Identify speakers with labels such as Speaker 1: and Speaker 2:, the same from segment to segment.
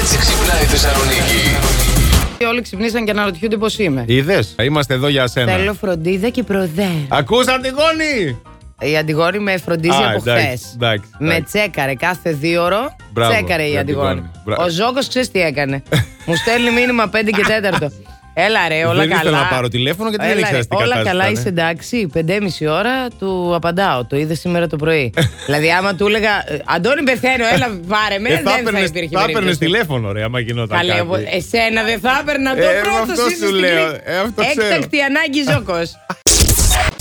Speaker 1: έτσι ξυπνάει η Θεσσαλονίκη.
Speaker 2: Και όλοι ξυπνήσαν και αναρωτιούνται πώς είμαι.
Speaker 3: Είδες, είμαστε εδώ για σένα.
Speaker 2: Θέλω φροντίδα και προδέ.
Speaker 3: Ακούσατε γόνη!
Speaker 2: Η Αντιγόνη με φροντίζει
Speaker 3: Α,
Speaker 2: από
Speaker 3: εντάξει,
Speaker 2: χθες.
Speaker 3: εντάξει,
Speaker 2: Με
Speaker 3: εντάξει.
Speaker 2: τσέκαρε κάθε δύο ώρο.
Speaker 3: Μπράβο,
Speaker 2: τσέκαρε η
Speaker 3: η Αντιγόνη.
Speaker 2: Αντιγόνη.
Speaker 3: Μπράβο.
Speaker 2: Ο Ζόκο ξέρεις τι έκανε. Μου στέλνει μήνυμα 5 και 4. Έλα ρε, όλα
Speaker 3: Δεν
Speaker 2: καλά.
Speaker 3: ήθελα να πάρω τηλέφωνο γιατί δεν
Speaker 2: Έλα,
Speaker 3: ήξερα
Speaker 2: ρε,
Speaker 3: στην
Speaker 2: Όλα
Speaker 3: κατάσταση
Speaker 2: καλά,
Speaker 3: ήταν, ε.
Speaker 2: είσαι εντάξει. 5,5 ώρα του απαντάω. Το είδες σήμερα το πρωί. δηλαδή, άμα του έλεγα «Ε, Αντώνη, πεθαίνω, έλα, πάρε με,
Speaker 3: Ε,
Speaker 2: Ναι, δεν θα
Speaker 3: έπαιρνες-
Speaker 2: υπήρχε.
Speaker 3: θα έπαιρνε
Speaker 2: περίπτωση.
Speaker 3: τηλέφωνο, ρε, άμα γινόταν.
Speaker 2: Καλέ, εγώ- ε,
Speaker 3: κάτι.
Speaker 2: εσένα δεν θα έπαιρνα το
Speaker 3: Ε,
Speaker 2: πρώτο
Speaker 3: αυτό
Speaker 2: είσαι
Speaker 3: σου
Speaker 2: στην
Speaker 3: λέω,
Speaker 2: κλίση.
Speaker 3: ε, αυτό ξέρω.
Speaker 2: Έκτακτη ανάγκη ζόκο.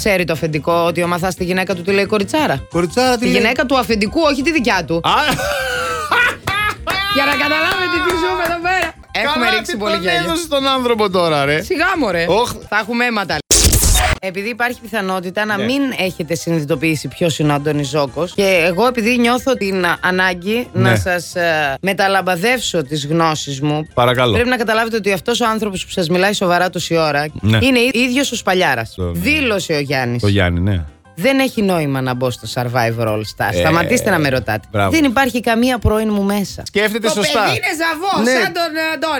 Speaker 2: Ξέρει το αφεντικό ότι άμα θα στη γυναίκα του τη λέει κοριτσάρα.
Speaker 3: Κοριτσάρα, τι
Speaker 2: Τη
Speaker 3: λέει?
Speaker 2: γυναίκα του αφεντικού, όχι τη δικιά του.
Speaker 3: Α,
Speaker 2: Για να καταλάβετε τι ζούμε εδώ πέρα. Έχουμε
Speaker 3: καλά,
Speaker 2: ρίξει
Speaker 3: τι
Speaker 2: πολύ
Speaker 3: τον
Speaker 2: γέλιο.
Speaker 3: έδωσε τον άνθρωπο τώρα, ρε.
Speaker 2: Σιγά μωρέ.
Speaker 3: Οχ.
Speaker 2: Θα έχουμε αίματα. Επειδή υπάρχει πιθανότητα να
Speaker 3: Ναι.
Speaker 2: μην έχετε συνειδητοποιήσει ποιος είναι ο Αντώνη Ζόκο, και εγώ επειδή νιώθω την α, ανάγκη να
Speaker 3: Ναι.
Speaker 2: σας μεταλαμπαδεύσω τις γνώσεις μου,
Speaker 3: Παρακαλώ.
Speaker 2: πρέπει να καταλάβετε ότι αυτός ο άνθρωπος που σας μιλάει σοβαρά τόση ώρα
Speaker 3: Ναι.
Speaker 2: είναι ίδιος ο Σπαλιάρας.
Speaker 3: Το- ναι.
Speaker 2: Δήλωσε ο Γιάννης.
Speaker 3: Το Γιάννη, ναι.
Speaker 2: Δεν έχει νόημα να μπω στο Survivor All Stars.
Speaker 3: Ε,
Speaker 2: Σταματήστε να με ρωτάτε.
Speaker 3: μπράβο.
Speaker 2: Δεν υπάρχει καμία πρώην μου μέσα.
Speaker 3: Σκέφτεται σωστά.
Speaker 2: ζαβός,
Speaker 3: Ναι.
Speaker 2: τον ε, Αντώνη.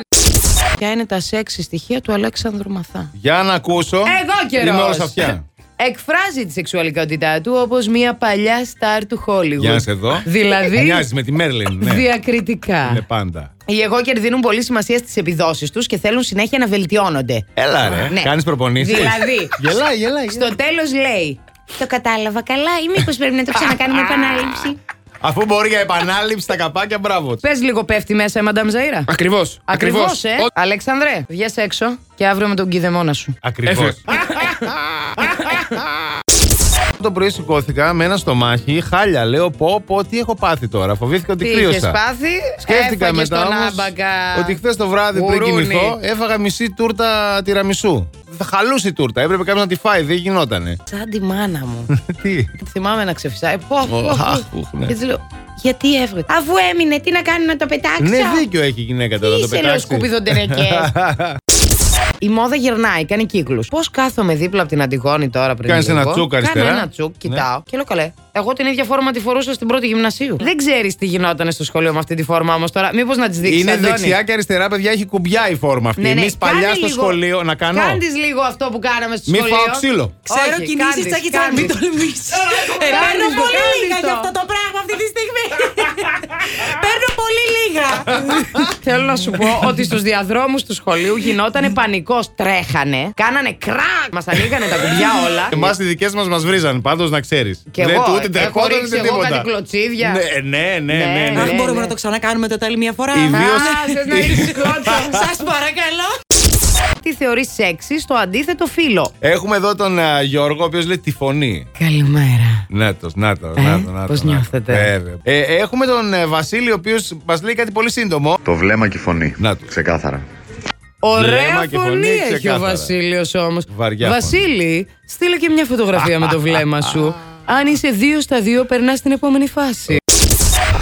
Speaker 2: Ποια είναι τα σεξι στοιχεία του Αλέξανδρου Μαθά.
Speaker 3: Για να ακούσω.
Speaker 2: Εδώ καιρός.
Speaker 3: Είμαι όλος αυτιά.
Speaker 2: Εκφράζει τη σεξουαλικότητά του όπως μια παλιά στάρ του Χόλιγου.
Speaker 3: Για να σε δω.
Speaker 2: Δηλαδή.
Speaker 3: Μοιάζει με τη Μέρλιν, ναι.
Speaker 2: Διακριτικά.
Speaker 3: Είναι πάντα.
Speaker 2: Οι εγώ δίνουν πολύ σημασία στις επιδόσεις τους και θέλουν συνέχεια να βελτιώνονται.
Speaker 3: Έλα, ρε.
Speaker 2: Ναι.
Speaker 3: Κάνεις προπονήσεις.
Speaker 2: Δηλαδή.
Speaker 3: Γελάει, γελάει.
Speaker 2: Στο τέλος λέει.
Speaker 4: Το κατάλαβα καλά ή μήπως πρέπει να το ξανακάνουμε επανάληψη.
Speaker 3: Αφού μπορεί για επανάληψη τα καπάκια, μπράβο.
Speaker 2: Πες λίγο πέφτει μέσα η Μαντάμ Ζαήρα.
Speaker 5: Ακριβώς.
Speaker 2: Ακριβώς, ε. Αλεξανδρέ, βγες έξω και αύριο με τον κηδεμόνα σου.
Speaker 3: Ακριβώς. το πρωί σηκώθηκα με ένα στομάχι, χάλια. Λέω, πω, πω, τι έχω πάθει τώρα. Φοβήθηκα ότι
Speaker 2: Τι είχες
Speaker 3: κρύωσα.
Speaker 2: πάθει,
Speaker 3: Σκέφτηκα
Speaker 2: έφαγες
Speaker 3: μετά
Speaker 2: τον
Speaker 3: όμως
Speaker 2: άμπακα.
Speaker 3: ότι χθες το βράδυ πριν
Speaker 2: Γουρούνι.
Speaker 3: κοιμηθώ έφαγα μισή τούρτα τυραμισού. Θα χαλούσε η τούρτα, έπρεπε κάποιος να τη φάει, δεν γινότανε.
Speaker 2: Σαν τη μάνα μου.
Speaker 3: Τι.
Speaker 2: Θυμάμαι να ξεφυσάει. Πω, πω, πω.
Speaker 3: αχ, οχ, ναι.
Speaker 2: Και της λέω, γιατί έβγαλε.
Speaker 4: Αφού έμεινε, τι να κάνω να το πετάξω.
Speaker 3: Ναι, δίκιο έχει η γυναίκα τώρα. να το
Speaker 2: Είσαι λέω
Speaker 3: πετάξει.
Speaker 2: σκούπιδο τερεκές. Η μόδα γυρνάει, κάνει κύκλους. Πώς κάθομαι δίπλα από την Αντιγόνη τώρα πριν.
Speaker 3: Κάνεις
Speaker 2: λίγο,
Speaker 3: ένα τσούκ αριστερά. Ναι.
Speaker 2: Κάνω ένα τσούκ, κοιτάω και λέω καλέ. Εγώ την ίδια φόρμα τη φορούσα στην πρώτη γυμνασίου. Δεν ξέρεις τι γινόταν στο σχολείο με αυτή τη φόρμα όμως τώρα. Μήπως να της δείξεις.
Speaker 3: Είναι δεξιά και αριστερά, παιδιά, έχει κουμπιά η φόρμα αυτή.
Speaker 2: Ναι,
Speaker 3: Εμείς παλιά στο σχολείο να κάνω.
Speaker 2: Κάντε λίγο αυτό που κάναμε στο
Speaker 3: Μη
Speaker 2: σχολείο.
Speaker 3: φάω ξύλο.
Speaker 6: Ξέρω
Speaker 2: Όχι,
Speaker 6: κινήσεις
Speaker 2: κάνεις,
Speaker 6: τσάκι τσάκι. Μην
Speaker 2: κάνεις.
Speaker 6: τολμήσει.
Speaker 2: κάνεις
Speaker 6: Παίρνω
Speaker 2: το,
Speaker 6: πολύ
Speaker 2: κάνεις
Speaker 6: λίγα
Speaker 2: το.
Speaker 6: για αυτό το πράγμα αυτή τη στιγμή. Παίρνω πολύ λίγα.
Speaker 2: Θέλω να σου πω ότι στους διαδρόμους του σχολείου γινότανε πανικός. Τρέχανε, κάνανε κρακ. Μας ανοίγανε τα κουμπιά όλα.
Speaker 3: Εμάς οι δικές μας μας βρίζαν, πάντως να ξέρεις.
Speaker 2: Και
Speaker 3: δεν
Speaker 2: εγώ,
Speaker 3: του ούτε
Speaker 2: έχω
Speaker 3: τρεχόταν
Speaker 2: ρίξει
Speaker 3: ούτε
Speaker 2: εγώ
Speaker 3: τίποτα.
Speaker 2: κάτι κλωτσίδια.
Speaker 3: Ναι, ναι, ναι.
Speaker 2: Ναι,
Speaker 3: ναι, ναι.
Speaker 2: ναι.
Speaker 6: Αν μπορούμε να το ξανακάνουμε το τέλει μια φορά.
Speaker 3: Ιδίως-
Speaker 2: Α, θες να ρίξεις κλώτσα.
Speaker 6: Σας παρακαλώ.
Speaker 2: Τι θεωρείς σεξι στο αντίθετο φίλο.
Speaker 3: Έχουμε εδώ τον α, Γιώργο, ο οποίος λέει τη φωνή.
Speaker 2: Καλημέρα.
Speaker 3: Νάτος, νάτο,
Speaker 2: Ε,
Speaker 3: νάτο, νάτο.
Speaker 2: πώς νιώθετε?
Speaker 3: Βέβαια. Ε, έχουμε τον ε, Βασίλη, ο οποίος μας λέει κάτι πολύ σύντομο.
Speaker 7: Το βλέμμα και η φωνή.
Speaker 3: Να το.
Speaker 7: Ξεκάθαρα.
Speaker 2: Ωραία
Speaker 3: Βλέμμα και
Speaker 2: φωνή,
Speaker 3: φωνή,
Speaker 2: έχει ο
Speaker 3: ξεκάθαρα.
Speaker 2: Βασίλειος όμως.
Speaker 3: Βαριά
Speaker 2: Βασίλη, στείλε και μια φωτογραφία με το βλέμμα σου. Αν είσαι δύο στα δύο, περνάς στην επόμενη φάση.